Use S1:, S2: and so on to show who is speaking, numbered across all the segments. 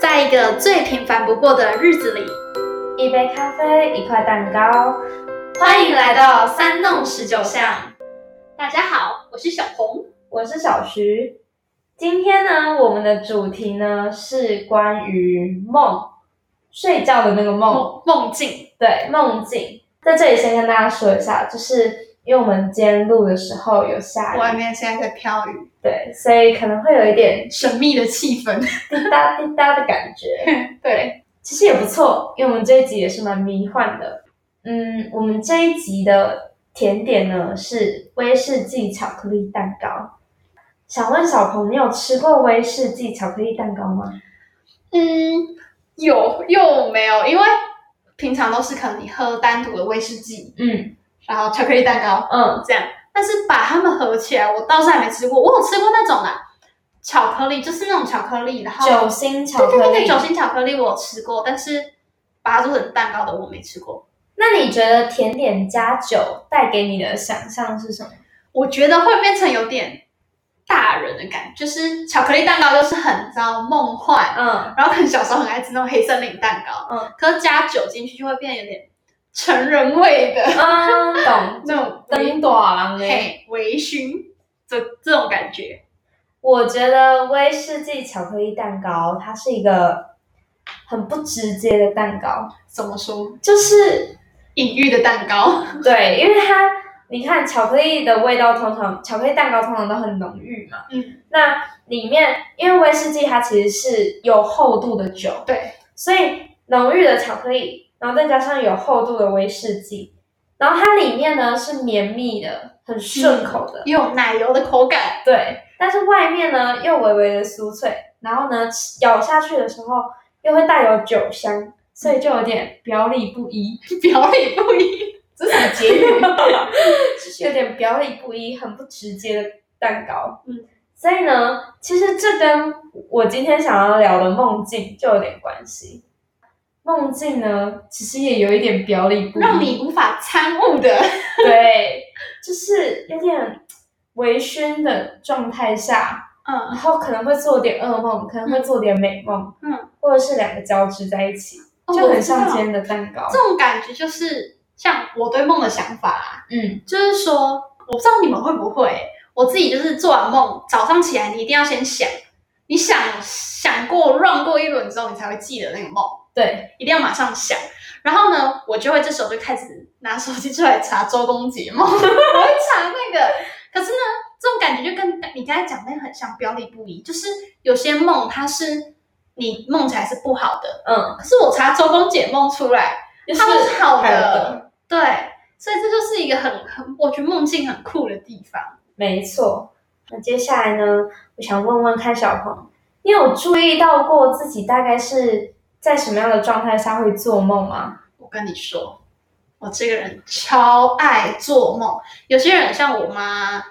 S1: 在一个最平凡不过的日子里。
S2: 一杯咖啡，一块蛋糕。
S1: 欢迎来到三弄十九巷。大家好，我是小红。
S2: 我是小徐。今天呢，我们的主题呢是关于梦，睡觉的那个梦，
S1: 梦梦境，
S2: 对，梦境。在这里先跟大家说一下，就是因为我们今天录的时候有下
S3: 外
S2: 雨，
S3: 面现在在飘雨，
S2: 对，所以可能会有一点
S3: 神秘的气氛。
S2: 滴答滴答的感觉。
S3: 对，
S2: 其实也不错，因为我们这一集也是蛮迷幻的。嗯，我们这一集的甜点呢是威士忌巧克力蛋糕。想问小朋友吃过威士忌巧克力蛋糕吗？
S3: 嗯，有又没有？因为平常都是可能你喝单独的威士忌，
S2: 嗯
S3: 然后巧克力蛋糕
S2: 嗯，
S3: 这样，但是把它们合起来，我倒是还没吃过。我有吃过那种啦，巧克力就是那种巧克力，然后
S2: 酒心巧
S3: 对
S2: 克
S3: 对
S2: 力。
S3: 对对，酒心巧克力我有吃过，但是把它做成蛋糕的我没吃过。
S2: 那你觉得甜点加酒带给你的想象是什么？
S3: 我觉得会变成有点大人的感觉，就是巧克力蛋糕就是很糟梦幻，
S2: 嗯，
S3: 然后可能小时候很爱吃那种黑森林蛋糕，
S2: 嗯
S3: 嗯，可是加酒进去就会变得有点成人味的
S2: 嗯，懂。
S3: 那种
S2: 灯
S3: 啊
S2: 短郎诶。
S3: 嘿微醺这这种感觉，
S2: 我觉得威士忌巧克力蛋糕它是一个很不直接的蛋糕，
S3: 怎么说？
S2: 就是
S3: 隐喻的蛋糕，
S2: 对，因为它你看巧克力的味道，通常巧克力蛋糕通常都很浓郁嘛。
S3: 嗯，
S2: 那里面因为威士忌它其实是有厚度的酒，
S3: 对，
S2: 所以浓郁的巧克力，然后再加上有厚度的威士忌，然后它里面呢是绵密的，很顺口的，
S3: 也有奶油的口感，
S2: 对。但是外面呢又微微的酥脆，然后呢吃咬下去的时候又会带有酒香，所以就有点表里不一。
S3: 表里不一。
S2: 这是结 语， 就是有点表里不一、很不直接的蛋糕。
S3: 嗯，
S2: 所以呢，其实这跟我今天想要聊的梦境就有点关系。梦境呢，其实也有一点表里不一，
S3: 让你无法参悟的，
S2: 对，就是有点微醺的状态下，然
S3: 嗯，
S2: 后可能会做点噩梦，可能会做点美梦，
S3: 嗯，
S2: 或者是两个交织在一起，
S3: 哦
S2: 就
S3: 我
S2: 很
S3: 知
S2: 像
S3: 道
S2: 今天的蛋糕。
S3: 这种感觉就是像我对梦的想法啦，
S2: 嗯，
S3: 就是说，我不知道你们会不会，我自己就是做完梦，早上起来你一定要先想，你想想过、run 过一轮之后，你才会记得那个梦，
S2: 对，
S3: 一定要马上想。然后呢，我就会这时候就开始拿手机出来查周公解梦，我会查那个。可是呢，这种感觉就跟你刚才讲那个很像，表里不一。就是有些梦它是你梦起来是不好的，
S2: 嗯，
S3: 可是我查周公解梦出来，
S2: 就是
S3: 它都是好
S2: 好
S3: 的。对，所以这就是一个很很，我觉得梦境很酷的地方。
S2: 没错。那接下来呢，我想问问看小鹏，你有注意到过自己大概是在什么样的状态下会做梦吗？
S3: 我跟你说，我这个人超爱做梦。有些人像我妈，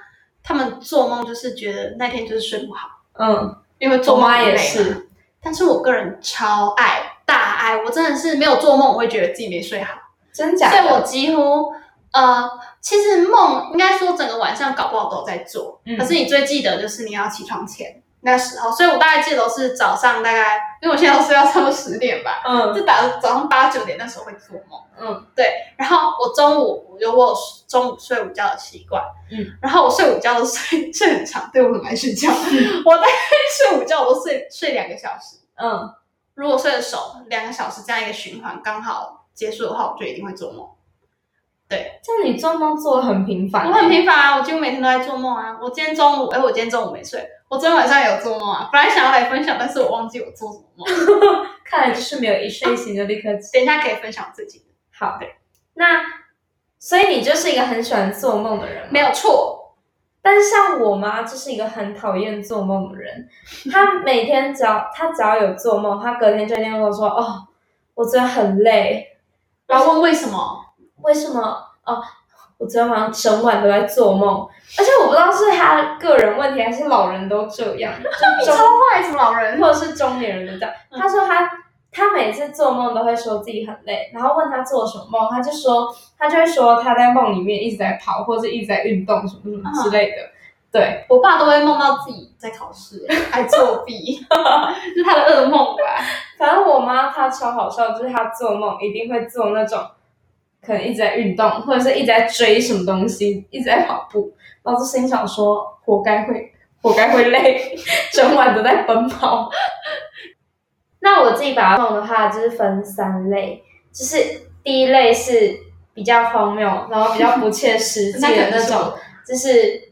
S3: 他们做梦就是觉得那天就是睡不好，
S2: 嗯，
S3: 因为
S2: 我
S3: 做梦
S2: 妈
S3: 很
S2: 也
S3: 累嘛。
S2: 是，
S3: 但是我个人超爱大爱，我真的是没有做梦，我会觉得自己没睡好。
S2: 真假
S3: 所以我
S2: 的？
S3: 几乎呃，其实梦应该说整个晚上搞不好都有在做，
S2: 嗯
S3: 可是你最记得就是你要起床前那时候，所以我大概记得都是早上大概，因为我现在都睡到差不多十点吧，
S2: 嗯
S3: 就打早上八九点那时候会做梦，
S2: 嗯，
S3: 对，然后我中午我有我有中午睡午觉的习惯，
S2: 嗯，
S3: 然后我睡午觉都睡睡很长，对我很爱睡觉，我大概睡午觉我都睡睡两个小时，
S2: 嗯，
S3: 如果睡得熟两个小时这样一个循环刚好结束的话，我就一定会做梦。
S2: 这样你做梦做的很频繁、
S3: 我很频繁啊，我几乎每天都在做梦啊。我今天中午，哎、我今天中午没睡，我昨天晚上也有做梦啊。本来想要来分享，但是我忘记我做什么梦。
S2: 看来就是没有一睡醒就立刻起。
S3: 等一下可以分享自己的，
S2: 好，那所以你就是一个很喜欢做梦的人吗，
S3: 没有错。
S2: 但是像我妈就是一个很讨厌做梦的人，她每天只要她只要有做梦，她隔天就一定会跟我说：“哦，我昨天很累，
S3: 然后问为什么？
S2: 为什么？哦，我昨天晚上整晚都在做梦。”而且我不知道是她个人问题还是老人都这样，就中
S3: 外族老人，
S2: 或者是中年人都这样。
S3: 嗯
S2: 她说她她每次做梦都会说自己很累，然后问她做什么梦，她就说她就会说她在梦里面一直在跑，或者一直在运动什么什么之类的。对，
S3: 我爸都会梦到自己在考试，还作弊， 是他的噩梦吧？
S2: 反正我妈她超好笑，就是她做梦一定会做那种，可能一直在运动，或者是一直在追什么东西，一直在跑步，然后就心想说，活该会，活该会累， 整晚都在奔跑。那我自己把它弄的话，就是分三类，就是第一类是比较荒谬，然后比较不切实际
S3: 那可
S2: 的
S3: 能
S2: 那
S3: 是
S2: 种，就是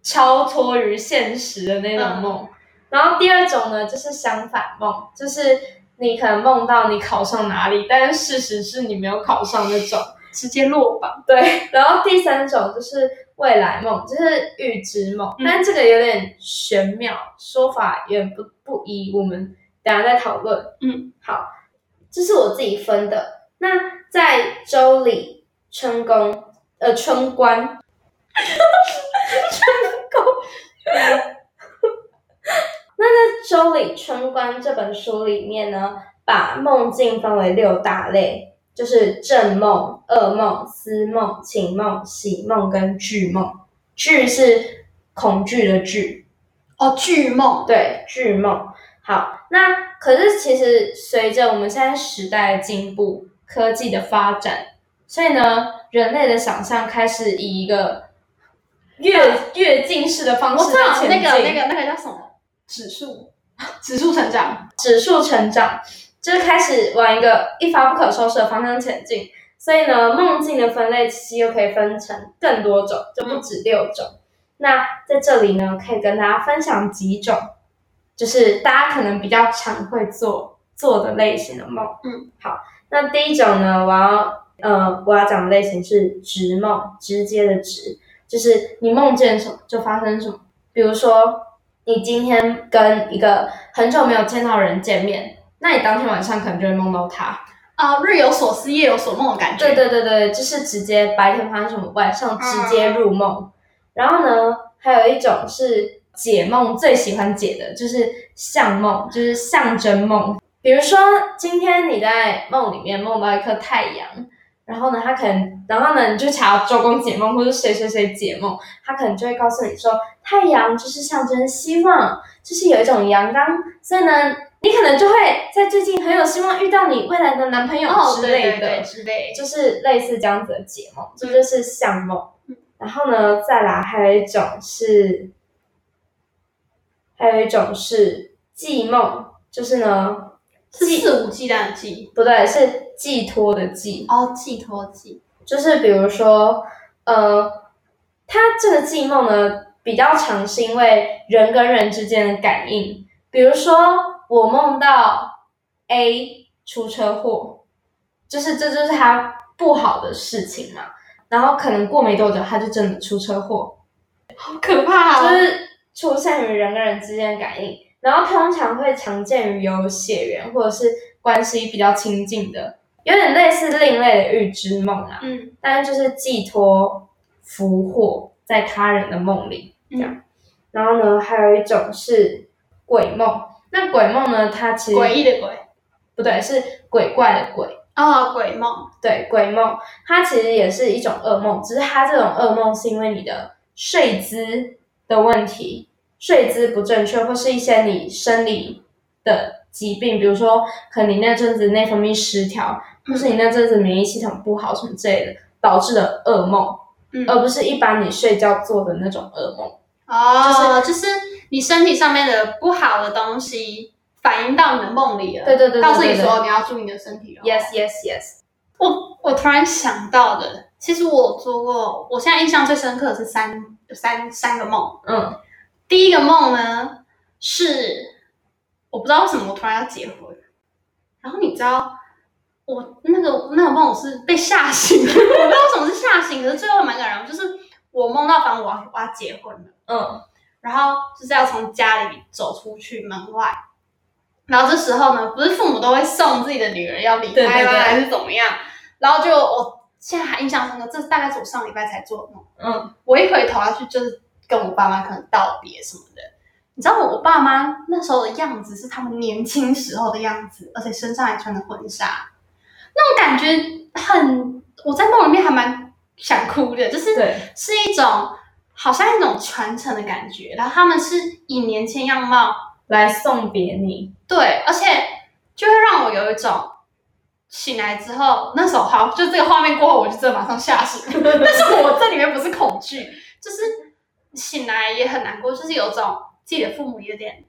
S2: 超脱于现实的那种梦。然后第二种呢，就是相反梦，就是你可能梦到你考上哪里，但是事实是你没有考上那种。
S3: 直接落榜，
S2: 对，然后第三种就是未来梦，就是预知梦，
S3: 嗯
S2: 但这个有点玄妙，说法有点不不一，我们等一下再讨论。
S3: 嗯，
S2: 好，这是我自己分的。那在周礼、春宫、呃春官、 春宫， 那在周礼、春官这本书里面呢，把梦境分为六大类。就是正梦、噩梦、思梦、情梦、喜梦跟惧梦。惧是恐惧的惧，
S3: 哦，巨梦，
S2: 对，巨梦。好，那可是其实随着我们现在时代的进步，科技的发展，所以呢，人类的想象开始以一个跃跃进式的方
S3: 我
S2: 式
S3: 知道
S2: 在前进，
S3: 那个那个那个叫什么指数，指数成长，
S2: 指数成长，就是开始往一个一发不可收拾的方向前进。所以呢，梦境的分类其实又可以分成更多种，就不止六种。那在这里呢，可以跟大家分享几种，就是大家可能比较常会做做的类型的梦。
S3: 嗯，
S2: 好，那第一种呢，我要呃我要讲的类型是直梦，直接的直，就是你梦见什么就发生什么。比如说，你今天跟一个很久没有见到的人见面，那你当天晚上可能就会梦到他。
S3: 啊，日有所思，夜有所梦的感觉，
S2: 对对对对，就是直接白天发生什么，晚上直接入梦。然后呢，还有一种是解梦，最喜欢解的就是象梦，就是象征梦。比如说，今天你在梦里面梦到一颗太阳，然后呢，他可能，然后呢，你就查周公解梦，或者谁谁谁解梦，他可能就会告诉你说，太阳就是象征希望，就是有一种阳刚，所以呢，你可能就会在最近很有希望遇到你未来的男朋友
S3: 哦，
S2: 之
S3: 对
S2: 类的。
S3: 对对之类的，
S2: 就是类似这样子的解梦，这就是像梦。然后呢，再来还有一种是，还有一种是寄梦，就是呢，
S3: 是
S2: 寄
S3: 肆无忌惮的忌，
S2: 不对，是寄托的寄，
S3: 哦，寄托忌，
S2: 就是比如说，呃，它这个寄梦呢，比较常是因为人跟人之间的感应，比如说我梦到 A 出车祸，就是这就是他不好的事情嘛，然后可能过没多久他就真的出车祸，
S3: 好可怕
S2: 就
S3: 哦，
S2: 是出现于人跟人之间的感应，然后通常会常见于有血缘或者是关系比较亲近的，有点类似另类的预知梦啊。
S3: 嗯，
S2: 但是就是寄托俘获在他人的梦里这样。然后呢，还有一种是鬼梦。那鬼梦呢，它其实
S3: 诡异的鬼，
S2: 不对，是鬼怪的鬼。
S3: 啊，鬼梦，
S2: 对，鬼梦它其实也是一种噩梦，只是它这种噩梦是因为你的睡姿的问题，睡姿不正确，或是一些你生理的疾病，比如说可能你那阵子内分泌失调，或是你那阵子免疫系统不好什么之类的导致的噩梦，
S3: 嗯，
S2: 而不是一般你睡觉做的那种噩梦。
S3: 哦，就是你身体上面的不好的东西反映到你的梦里了，
S2: 对对对对对
S3: 告诉你说
S2: 对
S3: 你要注意你的身体了。
S2: Yes, yes, yes。
S3: 我我突然想到的，其实我做过，我现在印象最深刻的是三三三个梦。
S2: 嗯，
S3: 第一个梦呢是，我不知道为什么我突然要结婚，然后你知道。我那个那个梦我是被吓醒的，我不知道为什么是吓醒，可是最后蛮感人，就是我梦到反正我要我要结婚了。
S2: 嗯，
S3: 然后就是要从家里走出去门外。然后这时候呢，不是父母都会送自己的女儿要离
S2: 对对
S3: 开吗？
S2: 对
S3: 还是怎么样？然后就我现在还印象深刻，这大概是我上礼拜才做的梦。
S2: 嗯，
S3: 我一回头要去，就是跟我爸妈可能道别什么的。你知道我爸妈那时候的样子是他们年轻时候的样子，而且身上还穿着婚纱，那种感觉很，我在梦里面还蛮想哭的，就是
S2: 对，
S3: 是一种好像一种传承的感觉。然后他们是以年轻样貌
S2: 来送别 你。
S3: 对，而且就会让我有一种醒来之后，那时候好，就这个画面过后，我就真的马上吓醒。 但是我这里面不是恐惧，就是醒来也很难过，就是有种自己的父母有点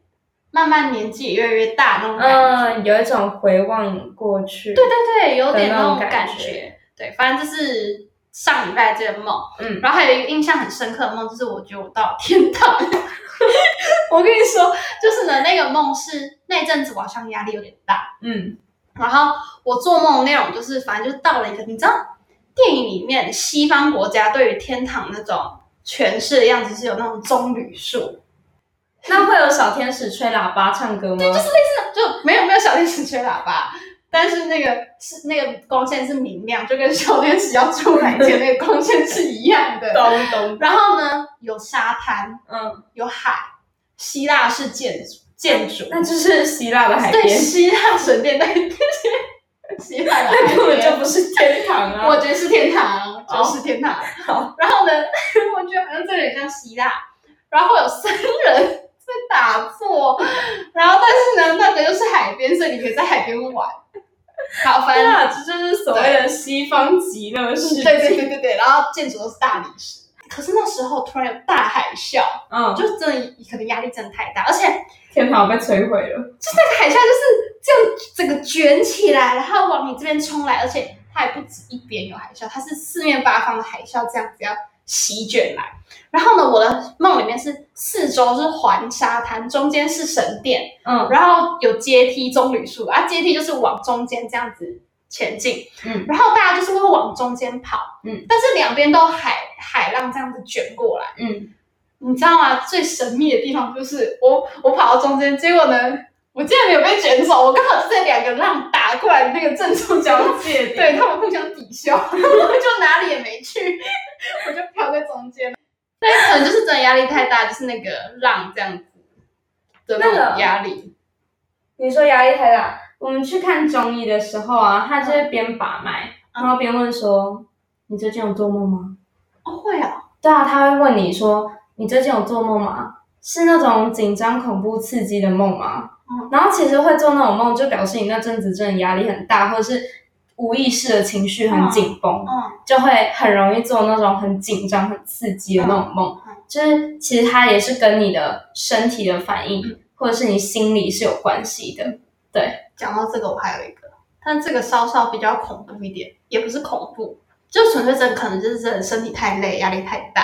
S3: 慢慢年纪也越来越大那种感觉。
S2: 嗯，有一种回望过去。
S3: 对对对，有点
S2: 的
S3: 那
S2: 那
S3: 种
S2: 种
S3: 感
S2: 感
S3: 觉
S2: 觉。
S3: 对，反正就是上礼拜这个梦，
S2: 嗯，
S3: 然后还有一个印象很深刻的梦，就是我觉得我到天 堂。我跟你说，就是呢，那个梦是那阵子我好像压力有点大，
S2: 嗯
S3: 然后我做梦的内容就是，反正就到了一个，你知道电影里面西方国家对于天堂那种诠释的样子是有那种棕榈树，
S2: 那会有小天使吹喇叭唱歌吗？对，就是
S3: 就没有没有小天使吹喇叭。但是那个是那个光线是明亮，就跟小天使要出来前那个光线是一样 的。
S2: 咚咚。
S3: 然后呢，有沙滩，
S2: 嗯，
S3: 有海，希腊式建筑，建筑，
S2: 那就是希腊的海
S3: 对
S2: 边，
S3: 希腊神殿，对 对对，希腊的海
S2: 那 根本就
S3: 边，
S2: 不是天堂啊！
S3: 我觉得是天堂，
S2: 好
S3: 就是天堂。
S2: 好，
S3: 然后呢， 我觉得好像这里很像希腊，然后有僧人在打坐，然后但是呢，那个又是海边，所以你可以在海边玩。好，反
S2: 对
S3: 正
S2: 啊，这就是所谓的西方极乐世界。
S3: 对对对对对，然后建筑都是大理石。可是那时候突然有大海啸，
S2: 嗯，
S3: 就真的可能压力真的太大，而且
S2: 天堂被摧毁了。
S3: 海啸就是这样整个卷起来，然后往你这边冲来，而且它还不止一边有海啸，它是四面八方的海啸这样子要席卷来。然后呢，我的梦里面是四周是环沙滩，中间是神殿，
S2: 嗯
S3: 然后有阶梯棕榈树啊，阶梯就是往中间这样子前进，
S2: 嗯
S3: 然后大家就是会往中间跑，
S2: 嗯，
S3: 但是两边都海海浪这样子卷过来。
S2: 嗯，
S3: 你知道吗？最神秘的地方就是我我跑到中间，结果呢，我竟然没有被卷走，我刚好就在两个浪打过来的那个正中 交界，
S2: 界
S3: 对他们互相抵消， 我就哪里也没去， 我就飘在中间。但是可能就是真的压力太大，就是那个浪这样子的那
S2: 那
S3: 种
S2: 个
S3: 压力。
S2: 你说压力太大，我们去看中医的时候啊，他就是边把脉，
S3: 嗯
S2: 然后边问说：“你最近有做梦吗
S3: 哦，会啊，？”
S2: 对啊，他会问你说：“你最近有做梦吗？”是那种紧张、恐怖、刺激的梦吗？
S3: 嗯
S2: 然后其实会做那种梦，就表示你那阵子真的压力很大，或者是无意识的情绪很紧绷，
S3: 嗯，
S2: 就会很容易做那种很紧张、很刺激的那种梦。
S3: 嗯
S2: 就是其实它也是跟你的身体的反应，
S3: 嗯
S2: 或者是你心理是有关系的。
S3: 讲到这个，我还有一个，但这个稍稍比较恐怖一点，也不是恐怖，就纯粹真的可能就是真的身体太累，压力太大。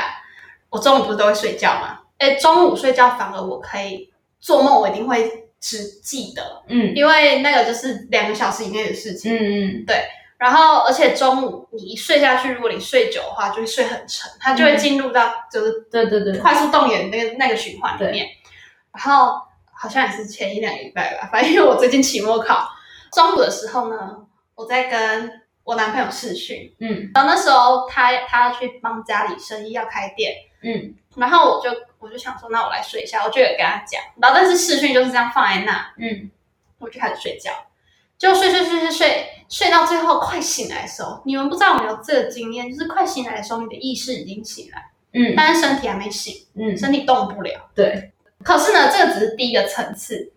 S3: 我中午不是都会睡觉嘛？哎，中午睡觉反而我可以做梦，我一定会只记得，
S2: 嗯，
S3: 因为那个就是两个小时以内的事情。
S2: 嗯嗯
S3: 然后，而且中午你一睡下去，如果你睡久的话，就会睡很沉，它就会进入到就是
S2: 对对对
S3: 快速动眼那个那个循环里面。然后好像也是前一两个礼拜吧，反正因为我最近期末考，中午的时候呢，我在跟我男朋友视讯，
S2: 嗯
S3: 然后那时候他他要去帮家里生意要开店，
S2: 嗯
S3: 然后我就我就想说，那我来睡一下，我就有跟他讲，然后但是视讯就是这样放在那，
S2: 嗯，
S3: 我就开始睡觉，就睡睡睡睡睡睡到最后快醒来的时候，你们不知道有没有这个经验，就是快醒来的时候，你的意识已经醒来，
S2: 嗯
S3: 但是身体还没醒，
S2: 嗯，
S3: 身体动不了。
S2: 对，
S3: 可是呢，这个只是第一个层次，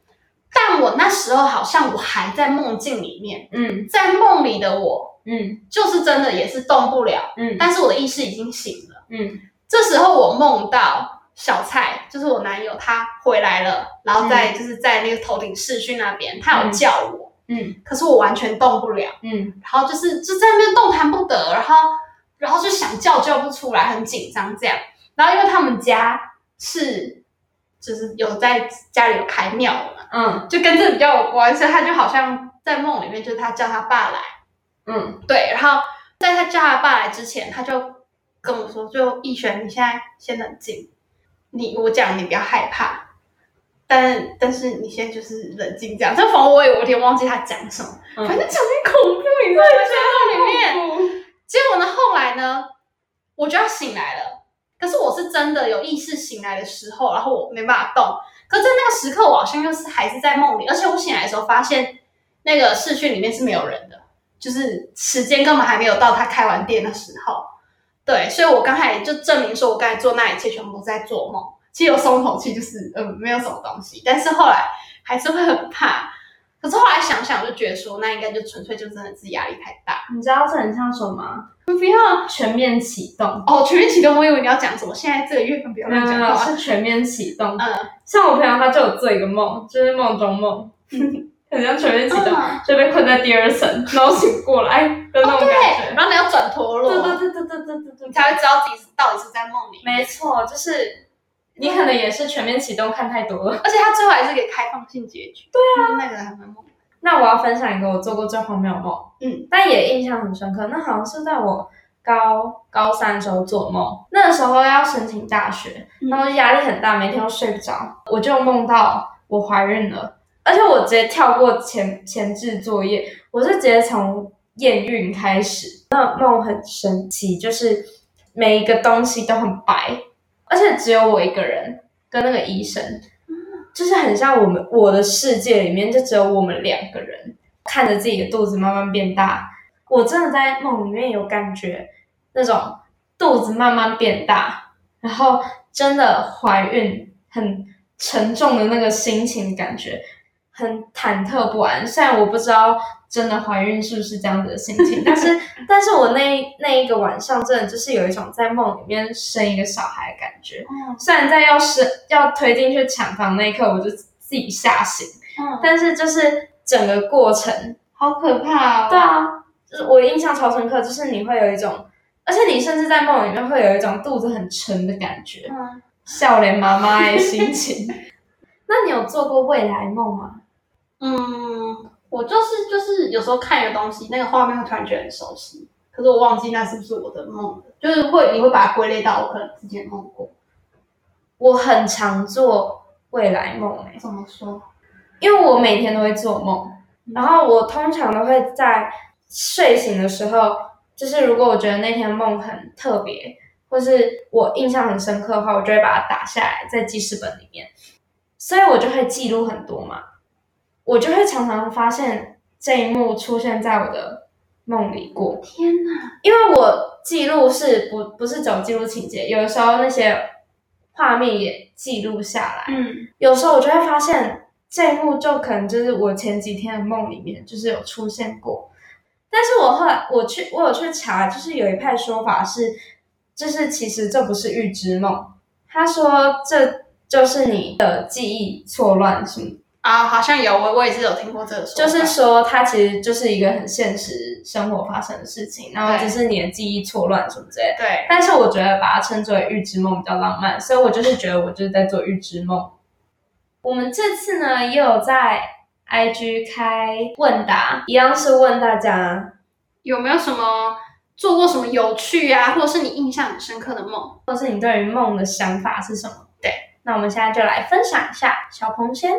S3: 但我那时候好像我还在梦境里面，
S2: 嗯
S3: 在梦里的我
S2: 嗯
S3: 就是真的也是动不了，
S2: 嗯
S3: 但是我的意识已经醒了。
S2: 嗯
S3: 这时候我梦到小蔡，就是我男友，他回来了，然后在、就是在那个头顶视讯那边，他有叫我。
S2: 嗯
S3: 可是我完全动不了，
S2: 嗯
S3: 然后就是就在那边动弹不得，然后然后就想叫叫不出来，很紧张这样。然后因为他们家是就是有在家里有开庙的嘛，
S2: 嗯
S3: 就跟这比较有关，所以他就好像在梦里面，就是他叫他爸来，
S2: 嗯
S3: 对，然后在他叫他爸来之前，他就跟我说，就逸璇，你现在先冷静，你我讲你不要害怕。但但是你现在就是冷静这样，但反正我也有点忘记他讲什么，
S2: 嗯
S3: 反正讲的恐怖，你知道吗？在梦里面，结果呢，后来呢，我就要醒来了。可是我是真的有意识醒来的时候，然后我没办法动。可是在那个时刻，我好像又是还是在梦里，而且我醒来的时候发现那个视讯里面是没有人的，就是时间根本还没有到他开完店的时候。对，所以我刚才就证明说，我刚才做那一切全部都在做梦。其实有松口气，就是嗯，没有什么东西，但是后来还是会很怕。可是后来想想，我就觉得说，那应该就纯粹就真的是压力太大。
S2: 你知道这很像什么吗？不要全面启动，
S3: 哦，全面启动，我以为你要讲什么，现在这个月份不要
S2: 没有
S3: 乱
S2: 没
S3: 讲
S2: 有
S3: 话。
S2: 是全面启动。
S3: 嗯，
S2: 像我朋友他就有做一个梦，就是梦中梦，很像全面启动，
S3: 嗯
S2: 就被困在第二层，然后醒过来的那种感
S3: 对，
S2: 觉。
S3: 然后你要转陀螺，
S2: 对对对对对对对对
S3: 你才会知道自己是到底是在梦里。
S2: 没错，就是你可能也是全面启动看太多了。
S3: 而且他最后还是给开放性结局。对啊，那个还蛮猛。
S2: 那我要分享一个我做过最荒谬的梦，
S3: 嗯，
S2: 但也印象很深刻。那好像是在我高高三的时候做梦，那时候要申请大学，
S3: 嗯
S2: 然后压力很大，每天都睡不着，我就梦到我怀孕了，而且我直接跳过前前置作业，我是直接从验孕开始。那梦很神奇，就是每一个东西都很白，而且只有我一个人跟那个医生，就是很像我们我的世界里面就只有我们两个人，看着自己的肚子慢慢变大。我真的在梦里面有感觉那种肚子慢慢变大，然后真的怀孕很沉重的那个心情感觉，很忐忑不安。虽然我不知道真的怀孕是不是这样子的心情，但是但是我那那一个晚上真的就是有一种在梦里面生一个小孩的感觉。
S3: 嗯
S2: 虽然在要生要推进去产房那一刻，我就自己吓醒，
S3: 嗯，
S2: 但是就是整个过程，
S3: 好可怕哦。
S2: 对啊，就是我印象超深刻，就是你会有一种，而且你甚至在梦里面会有一种肚子很沉的感觉，
S3: 嗯，
S2: 笑脸妈妈的心情。 那你有做过未来梦吗？
S3: 嗯，我就是就是有时候看一个东西，那个画面会突然觉得很熟悉，可是我忘记那是不是我的梦了，就是会你会把它归类到我可能之前梦过。
S2: 我很常做未来梦、欸，
S3: 怎么说？
S2: 因为我每天都会做梦，
S3: 嗯
S2: 然后我通常都会在睡醒的时候，就是如果我觉得那天梦很特别，或是我印象很深刻的话，我就会把它打下来在记事本里面，所以我就会记录很多嘛，我就会常常发现这一幕出现在我的梦里过，
S3: 天哪！
S2: 因为我记录是不不是走记录情节，有的时候那些画面也记录下来，
S3: 嗯，
S2: 有时候我就会发现这一幕就可能就是我前几天的梦里面就是有出现过，但是我后来我去我有去查，就是有一派说法是，就是其实这不是预知梦，他说这就是你的记忆错乱什么，
S3: 啊，好像有我我也是有听过这个说法，
S2: 就是说它其实就是一个很现实生活发生的事情，然后只是你的记忆错乱什么之类的。
S3: 对，
S2: 但是我觉得把它称之为预知梦比较浪漫，所以我就是觉得我就是在做预知梦。我们这次呢也有在 IG 开问答，一样是问大家
S3: 有没有什么做过什么有趣啊，或者是你印象很深刻的梦？
S2: 你对于梦的想法是什么？
S3: 对，
S2: 那我们现在就来分享一下。小鹏先，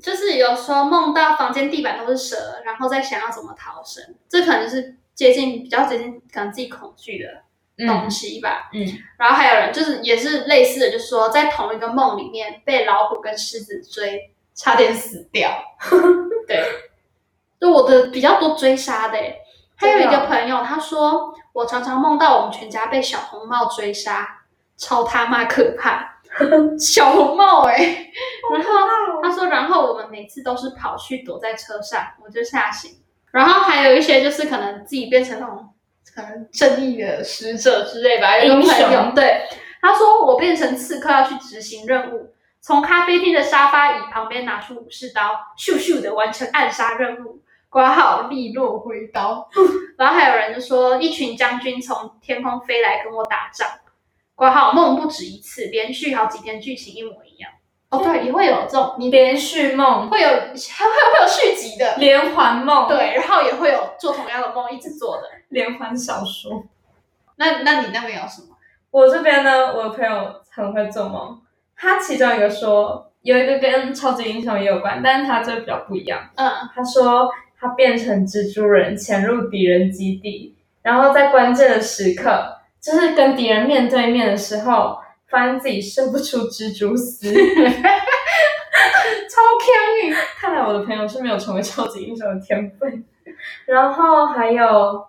S3: 就是有时候梦到房间地板都是蛇，然后在想要怎么逃生，这可能是接近比较接近可能自己恐惧的东西吧。
S2: 嗯，
S3: 然后还有人就是也是类似的，就是说在同一个梦里面被老虎跟狮子追，差点死掉。对，就我的比较多追杀的欸、还有一个朋友他说，我常常梦到我们全家被小红帽追杀，超他妈可怕！小红帽哎、然后他说，然后我们每次都是跑去躲在车上，我就吓醒。然后还有一些就是可能自己变成那种可能正义的使者之类吧，有一个
S2: 英
S3: 朋友
S2: 雄
S3: 对他说我变成刺客要去执行任务，从咖啡厅的沙发椅旁边拿出武士刀，咻咻的完成暗杀任务，挂号利落挥刀。 然后还有人就说一群将军从天空飞来跟我打仗，挂号梦不止一次，连续好几天剧情一模一样。哦，对，也会有这种你
S2: 连续梦、
S3: 会有还会会有续集的，
S2: 连环梦、
S3: 对，然后也会有做同样的梦一直做的。
S2: 连环小说。
S3: 那那你那边有什么？
S2: 我这边呢，我的朋友很会做梦，他其中一个说有一个跟超级英雄也有关，但是他这个比较不一样。
S3: 嗯，
S2: 他说他变成蜘蛛人，潜入敌人基地，然后在关键的时刻，就是跟敌人面对面的时候，发现自己射不出蜘蛛丝。
S3: 超强运。
S2: 看来我的朋友是没有成为超级英雄的天分。然后还有，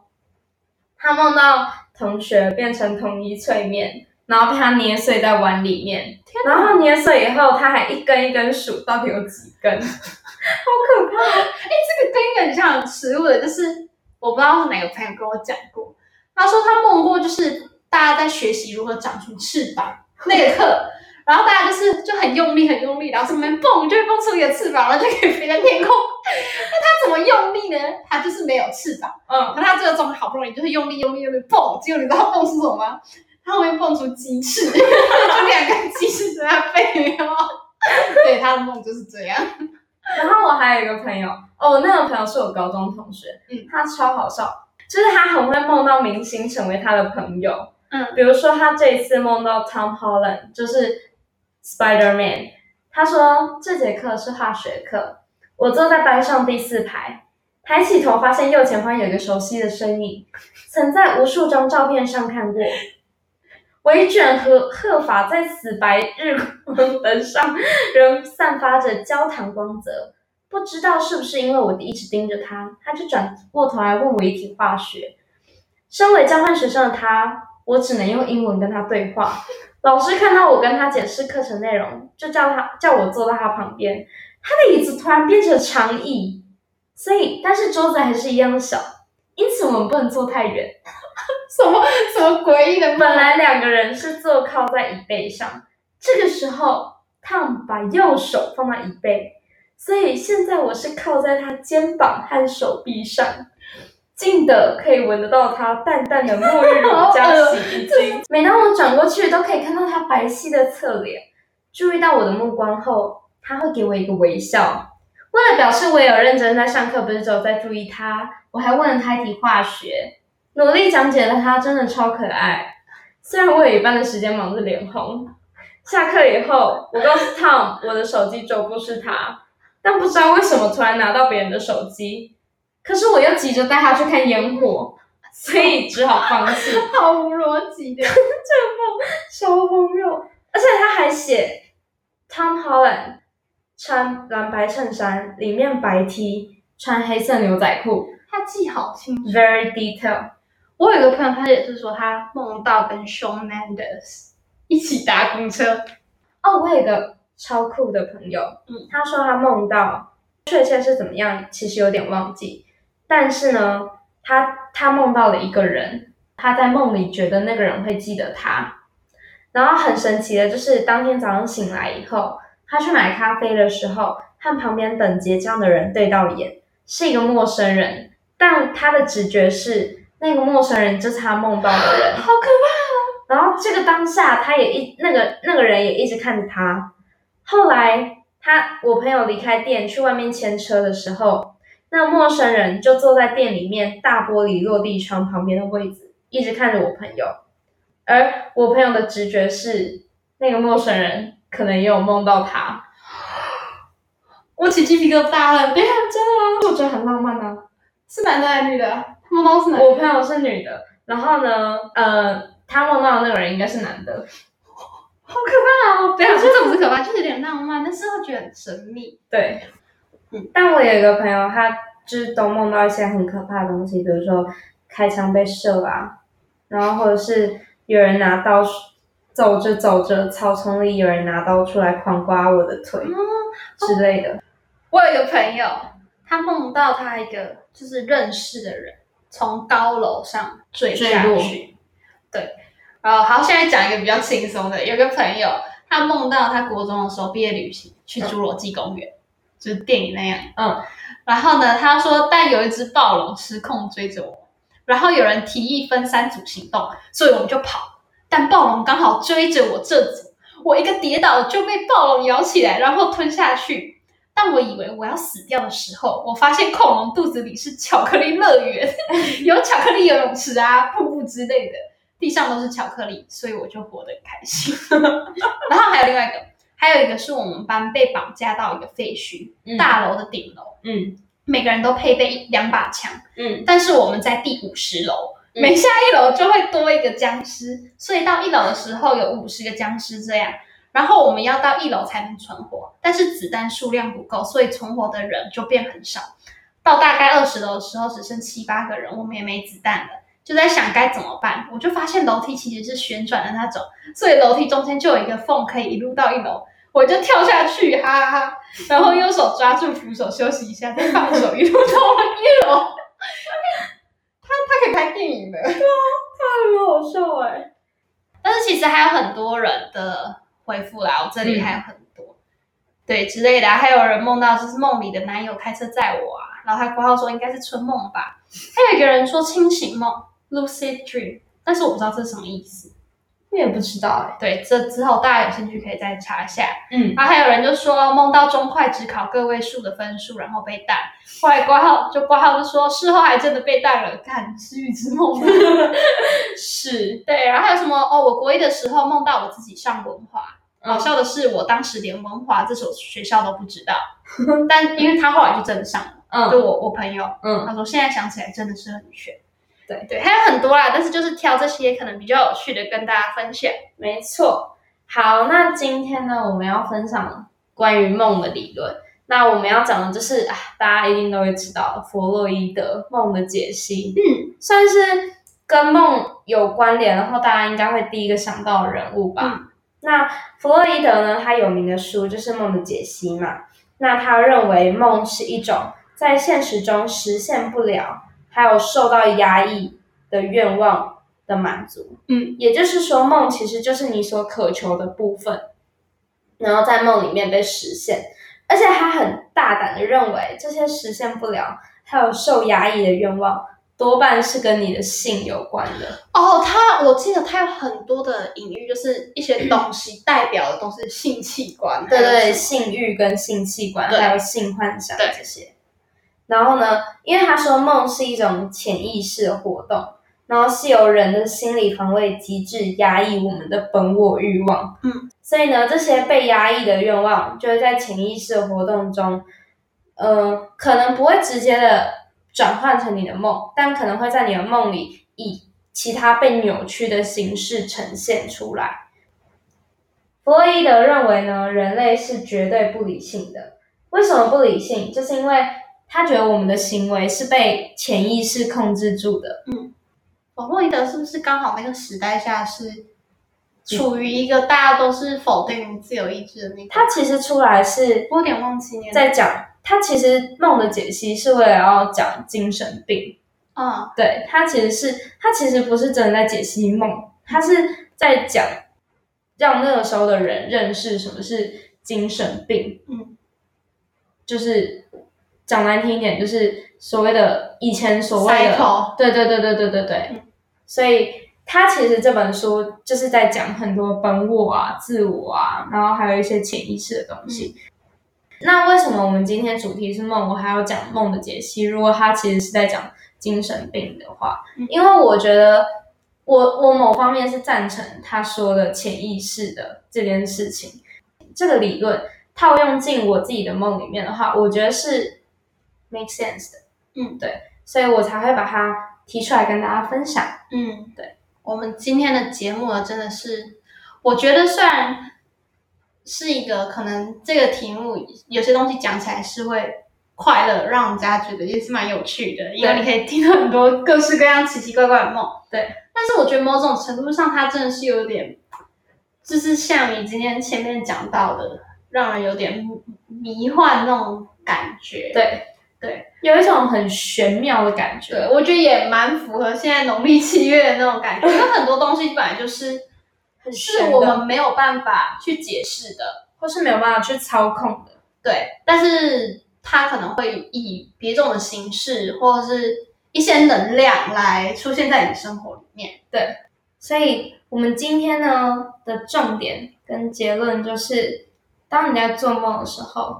S2: 他梦到同学变成统一脆面，然后被他捏碎在碗里面，
S3: 天
S2: 然
S3: 哪！
S2: 后捏碎以后，他还一根一根数到底有几根， 好可怕！
S3: 哎这个跟一个很像食物的，就是我不知道是哪个朋友跟我讲过，他说他梦过就是大家在学习如何长出翅膀那个课，然后大家就是就很用力很用力，然后这边蹦就会蹦出一个翅膀，然后就可以飞在天空。 那他怎么用力呢？他就是没有翅膀。
S2: 嗯，
S3: 可他最终好不容易就是用力用力用力蹦，结果你知道蹦出什么吗？他后面蹦出鸡翅， 就两个鸡翅在他背后。对，他的梦就是这样。
S2: 然后我还有一个朋友，哦，那个朋友是我高中同学，
S3: 嗯
S2: 他超好笑，就是他很会梦到明星成为他的朋友，
S3: 嗯，
S2: 比如说他这一次梦到 Tom Holland，就是 Spider Man，他说这节课是化学课，我坐在班上第四排，抬起头发现右前方有一个熟悉的身影，曾在无数张照片上看过。维卷和鹤发在死白日光灯上仍散发着焦糖光泽。不知道是不是因为我一直盯着他，他就转过头来问我一题化学。身为交换学生的他，我只能用英文跟他对话。老师看到我跟他解释课程内容，就叫他叫我坐到他旁边。他的椅子突然变成长椅，所以但是桌子还是一样小，因此我们不能坐太远。
S3: 什么什么诡异的梦？
S2: 本来两个人是坐靠在椅背上，这个时候烫把右手放到椅背，所以现在我是靠在他肩膀和手臂上，近的可以闻得到他淡淡的沐 浴乳加洗衣精。每当我转过去，都可以看到他白皙的侧脸。注意到我的目光后，他会给我一个微笑。为了表示我有认真在上课，不是只有在注意他，我还问了他一题化学，努力讲解了他，真的超可爱。虽然我有一半的时间忙着脸红，下课以后，我告诉 Tom 我的手机桌布是他，但不知道为什么突然拿到别人的手机，可是我又急着带他去看烟火，所以只好放弃。
S3: 好无逻辑的。
S2: 小朋友，而且他还写 Tom Holland 穿蓝白衬衫，里面白 T，穿黑色牛仔裤
S3: 他记好清楚。
S2: ，very detail。
S3: 我有一个朋友，他也是说他梦到跟 Shawn Mendes 一起搭公车，
S2: 哦，我有一个超酷的朋友，
S3: 嗯
S2: 他说他梦到确切是怎么样，其实有点忘记，但是呢，他他梦到了一个人，他在梦里觉得那个人会记得他，然后很神奇的就是当天早上醒来以后，他去买咖啡的时候，和旁边等结账的人对到眼，是一个陌生人，但他的直觉是那个陌生人就是他梦到的人。
S3: 好可哦
S2: 然后这个当下，他也一那个那个人也一直看着他。后来他我朋友离开店去外面牵车的时候，那陌生人就坐在店里面大玻璃落地窗旁边的位置，一直看着我朋友。而我朋友的直觉是，那个陌生人可能也有梦到他。
S3: 怕！我起鸡皮疙瘩了。对啊，真的吗？
S2: 我觉得很浪漫啊。
S3: 是男的还是女的啊？他梦到是男的。
S2: 我朋友是女的，然后呢，呃，他梦到的那个人应该是男的。
S3: 好可怕哦！对啊，就这不是可怕，就是有点浪漫，但是会觉得很神秘。
S2: 对，
S3: 嗯
S2: 但我有一个朋友，他就是都梦到一些很可怕的东西，比如说开枪被射啊，然后或者是有人拿刀走着走着草丛里有人拿刀出来狂刮我的腿之类的。
S3: 我有一个朋友，他梦到他一个就是认识的人从高楼上坠下
S2: 坠落
S3: 去。对，然后好，现在讲一个比较轻松的，有个朋友他梦到他国中的时候毕业旅行去侏罗纪公园，就是电影那样。
S2: 嗯，
S3: 然后呢，他说，但有一只暴龙失控追着我，然后有人提议分三组行动，所以我们就跑，但暴龙刚好追着我这组，我一个跌倒就被暴龙咬起来，然后吞下去。当我以为我要死掉的时候，我发现恐龙肚子里是巧克力乐园， 有巧克力游泳池啊、瀑布之类的，地上都是巧克力，所以我就活得很开心。 然后还有另外一个，还有一个是我们班被绑架到一个废墟、
S2: 嗯
S3: 大楼的顶楼，
S2: 嗯
S3: 每个人都配备两把枪，
S2: 嗯，
S3: 但是我们在第五十楼，
S2: 嗯
S3: 每下一楼就会多一个僵尸，所以到一楼的时候有五十个僵尸这样。然后我们要到一楼才能存活，但是子弹数量不够，所以存活的人就变很少。到大概二十楼的时候，只剩七八个人，我们也没子弹了，就在想该怎么办。我就发现楼梯其实是旋转的那种，所以楼梯中间就有一个缝，可以一路到一楼。我就跳下去，哈哈哈！然后右手抓住扶手休息一下，再放手一路到一楼。他他可以拍电影的。
S2: 太好笑哎、
S3: 但是其实还有很多人的回复啦，我这里还有很多，对之类的啊、还有人梦到就是梦里的男友开车载我啊，然后他括号说应该是春梦吧。还有一个人说清醒梦 （lucid dream），但是我不知道这是什么意思。
S2: 我也不知道哎、
S3: 对，这之后大家有兴趣可以再查一下。
S2: 嗯，
S3: 然后还有人就说梦到中快只考个位数的分数，然后被淡。后来挂号就挂号就说事后还真的被淡了，看是预知 梦吗？是对。然后还有什么哦？我国一的时候梦到我自己上文化，
S2: 嗯
S3: 好
S2: 哦
S3: 笑的是我当时连文化这所学校都不知 道，但因为他后来就真的上了，就
S2: 嗯
S3: 我我朋友，
S2: 嗯，
S3: 他说现在想起来真的是很悬。
S2: 对
S3: 对，还有很多啦，但是就是挑这些可能比较有趣的跟大家分享。
S2: 没错。好，那今天呢，我们要分享关于梦的理论。那我们要讲的就是啊，大家一定都会知道弗洛伊德梦的解析，
S3: 嗯，
S2: 算是跟梦有关联，然后大家应该会第一个想到的人物吧。那弗洛伊德呢，他有名的书就是《梦的解析》嘛。那他认为梦是一种在现实中实现不了，还有受到压抑的愿望的满足。
S3: 嗯，
S2: 也就是说，梦其实就是你所渴求的部分，然后在梦里面被实现。而且他很大胆的认为，这些实现不了还有受压抑的愿望，多半是跟你的性有关的。
S3: 哦，他我记得他有很多的隐喻，就是一些东西代表的都是性器官，
S2: 对
S3: 还
S2: 对，
S3: 有什
S2: 性欲跟性器官，
S3: 对
S2: 还有性幻想
S3: 对
S2: 这些。然后呢，因为他说梦是一种潜意识的活动，然后是由人的心理防卫机制压抑我们的本我欲望。
S3: 嗯，
S2: 所以呢，这些被压抑的愿望就会在潜意识的活动中，呃，可能不会直接的转换成你的梦，但可能会在你的梦里以其他被扭曲的形式呈现出来。弗洛伊德认为呢，人类是绝对不理性的。为什么不理性？就是因为他觉得我们的行为是被潜意识控制住的。
S3: 么哦弗洛伊德是不是刚好那个时代下
S2: 嗯
S3: 是处于一个大家都是否定自由意志的那个？
S2: 他其实出来是
S3: 我有点忘记年代，
S2: 在讲，他其实梦的解析是为了要讲精神病。
S3: 嗯，
S2: 对他其实是他其实不是真的在解析梦，他是在讲让那个时候的人认识什么是精神病。
S3: 嗯，
S2: 就是讲难听一点，就是所谓的以前所谓的
S3: Psycho
S2: 对对对对对对对，哦嗯所以他其实这本书就是在讲很多本我啊、自我啊，然后还有一些潜意识的东西。那为什么我们今天主题是梦，我还要讲梦的解析？如果他其实是在讲精神病的话，
S3: 嗯
S2: 因为我觉得我我某方面是赞成他说的潜意识的这件事情，这个理论套用进我自己的梦里面的话，我觉得是 make sense 的。
S3: 嗯，
S2: 对，所以我才会把它提出来跟大家分享。
S3: 嗯，
S2: 对，
S3: 我们今天的节目呢，真的是，我觉得虽然是一个可能这个题目有些东西讲起来是会快乐，让人家觉得也是蛮有趣的，因为你可以听到很多各式各样奇奇怪怪的梦。
S2: 对，
S3: 但是我觉得某种程度上，它真的是有点，就是像你今天前面讲到的，让人有点迷幻那种感觉。
S2: 对
S3: 对，
S2: 有一种很玄妙的感觉。
S3: 对，我觉得也蛮符合现在农历七月的那种感觉，因为很多东西本来就是
S2: 很
S3: 是
S2: 玄的
S3: 我们没有办法去解释的，
S2: 或是没有办法去操控的。
S3: 对，但是它可能会以别种的形式或者是一些能量来出现在你的生活里面。
S2: 所以我们今天呢的重点跟结论就是，当你在做梦的时候，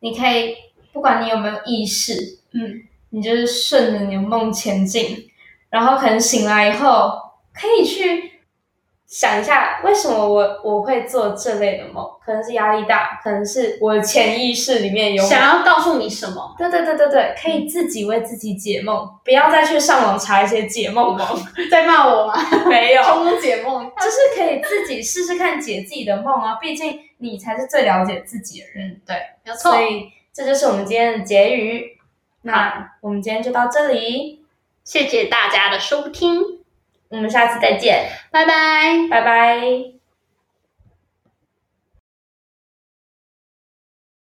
S2: 你可以不管你有没有意识，
S3: 嗯，
S2: 你就是顺着你的梦前进，然后可能醒来以后可以去想一下，为什么我我会做这类的梦？可能是压力大，可能是我的潜意识里面有
S3: 想要告诉你什 么？
S2: 对对对对对，可以自己为自己解梦，不要再去上网查一些解梦网，
S3: 在骂我吗？
S2: 没 有，
S3: 中午解梦。
S2: 就是可以自己试试看解自己的梦啊，毕竟你才是最了解自己的人，
S3: 嗯对，没错
S2: 所。以这就是我们今天的结语。那我们今天就到这里，谢谢大家的收听，
S3: 我们下次再见，
S2: 拜拜。
S3: 拜拜。